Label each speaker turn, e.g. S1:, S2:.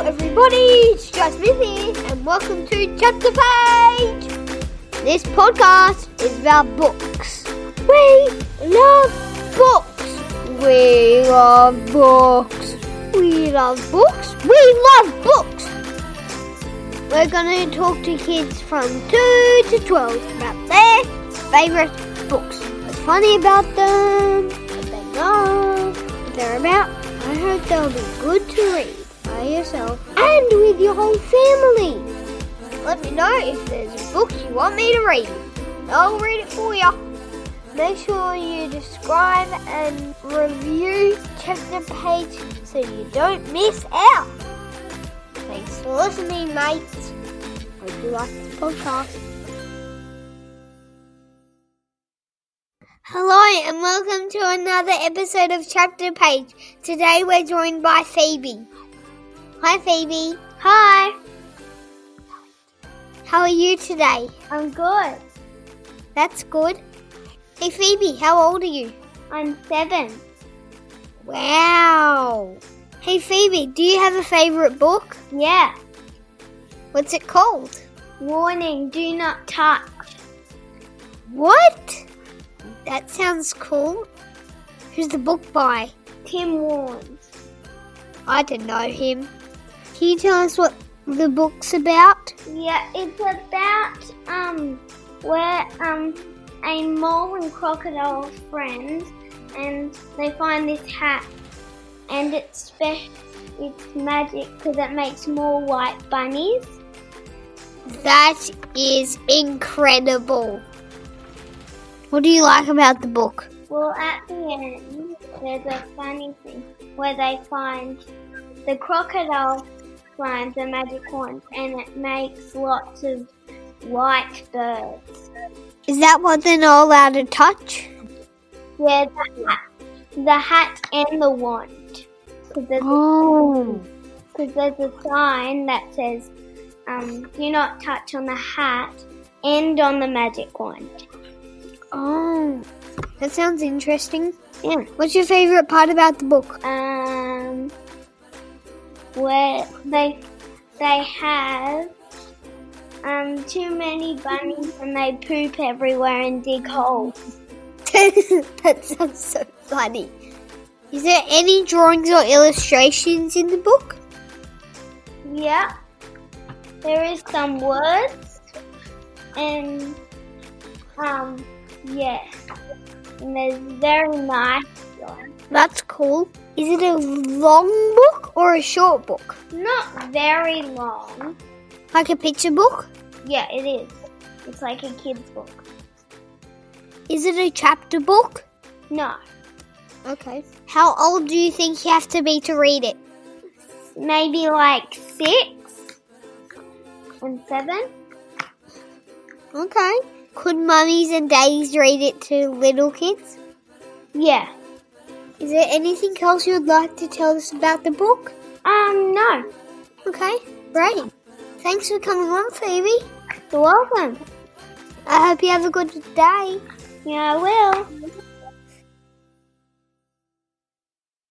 S1: everybody, it's Just Myth here, and welcome to Chapter Page. This podcast is about books. We love books. We love books. We love books. We love books. We're going to talk to kids from 2 to 12 about their favourite books. What's funny about them, what they love, what they're about. I hope they'll be good to read by yourself and with your whole family. Let me know if there's a book you want me to read. I'll read it for you. Make sure you describe and review chapter page so you don't miss out. Thanks for listening, mates. Hope you like this podcast. Hello and welcome to another episode of Chapter Page. Today we're joined by Phoebe. Hi Phoebe. Hi. How are you today?
S2: I'm good.
S1: That's good. Hey Phoebe, how old are you?
S2: I'm seven.
S1: Wow. Hey Phoebe, do you have a favorite book?
S2: Yeah.
S1: What's it called?
S2: Warning, do not touch.
S1: What? That sounds cool. Who's the book by?
S2: Tim warns.
S1: I don't know him. Can you tell us what the book's about?
S2: Yeah, it's about um where um a mole and crocodile are friends and they find this hat and it's spe- it's magic because it makes more white bunnies.
S1: That is incredible. What do you like about the book?
S2: Well, at the end, there's a funny thing where they find the crocodile finds the magic horns and it makes lots of white birds.
S1: Is that what they're not allowed to touch?
S2: Yeah, the hat, the hat and the wand. Because there's,
S1: Oh.
S2: because there's a sign that says, um, do not touch on the hat and on the magic wand.
S1: Oh. That sounds interesting.
S2: Yeah.
S1: What's your favourite part about the book?
S2: um, where they they have um, too many bunnies and they poop everywhere and dig holes.
S1: that sounds so funny. Is there any drawings or illustrations in the book?
S2: Yeah, there is some words and um, yeah, and there's very nice one.
S1: That's cool. Is it a long book or a short book?
S2: Not very long.
S1: Like a picture book?
S2: Yeah, it is. It's like a kid's book.
S1: Is it a chapter book?
S2: No,
S1: Okay. How old do you think you have to be to read it?
S2: maybe like six and seven.
S1: Okay. Could mummies and daddies read it to little kids?
S2: Yeah.
S1: Is there anything else you'd like to tell us about the book?
S2: Um, no.
S1: Okay, great. Thanks for coming along, Phoebe. You're welcome. I hope you have a good day.
S2: Yeah, I will.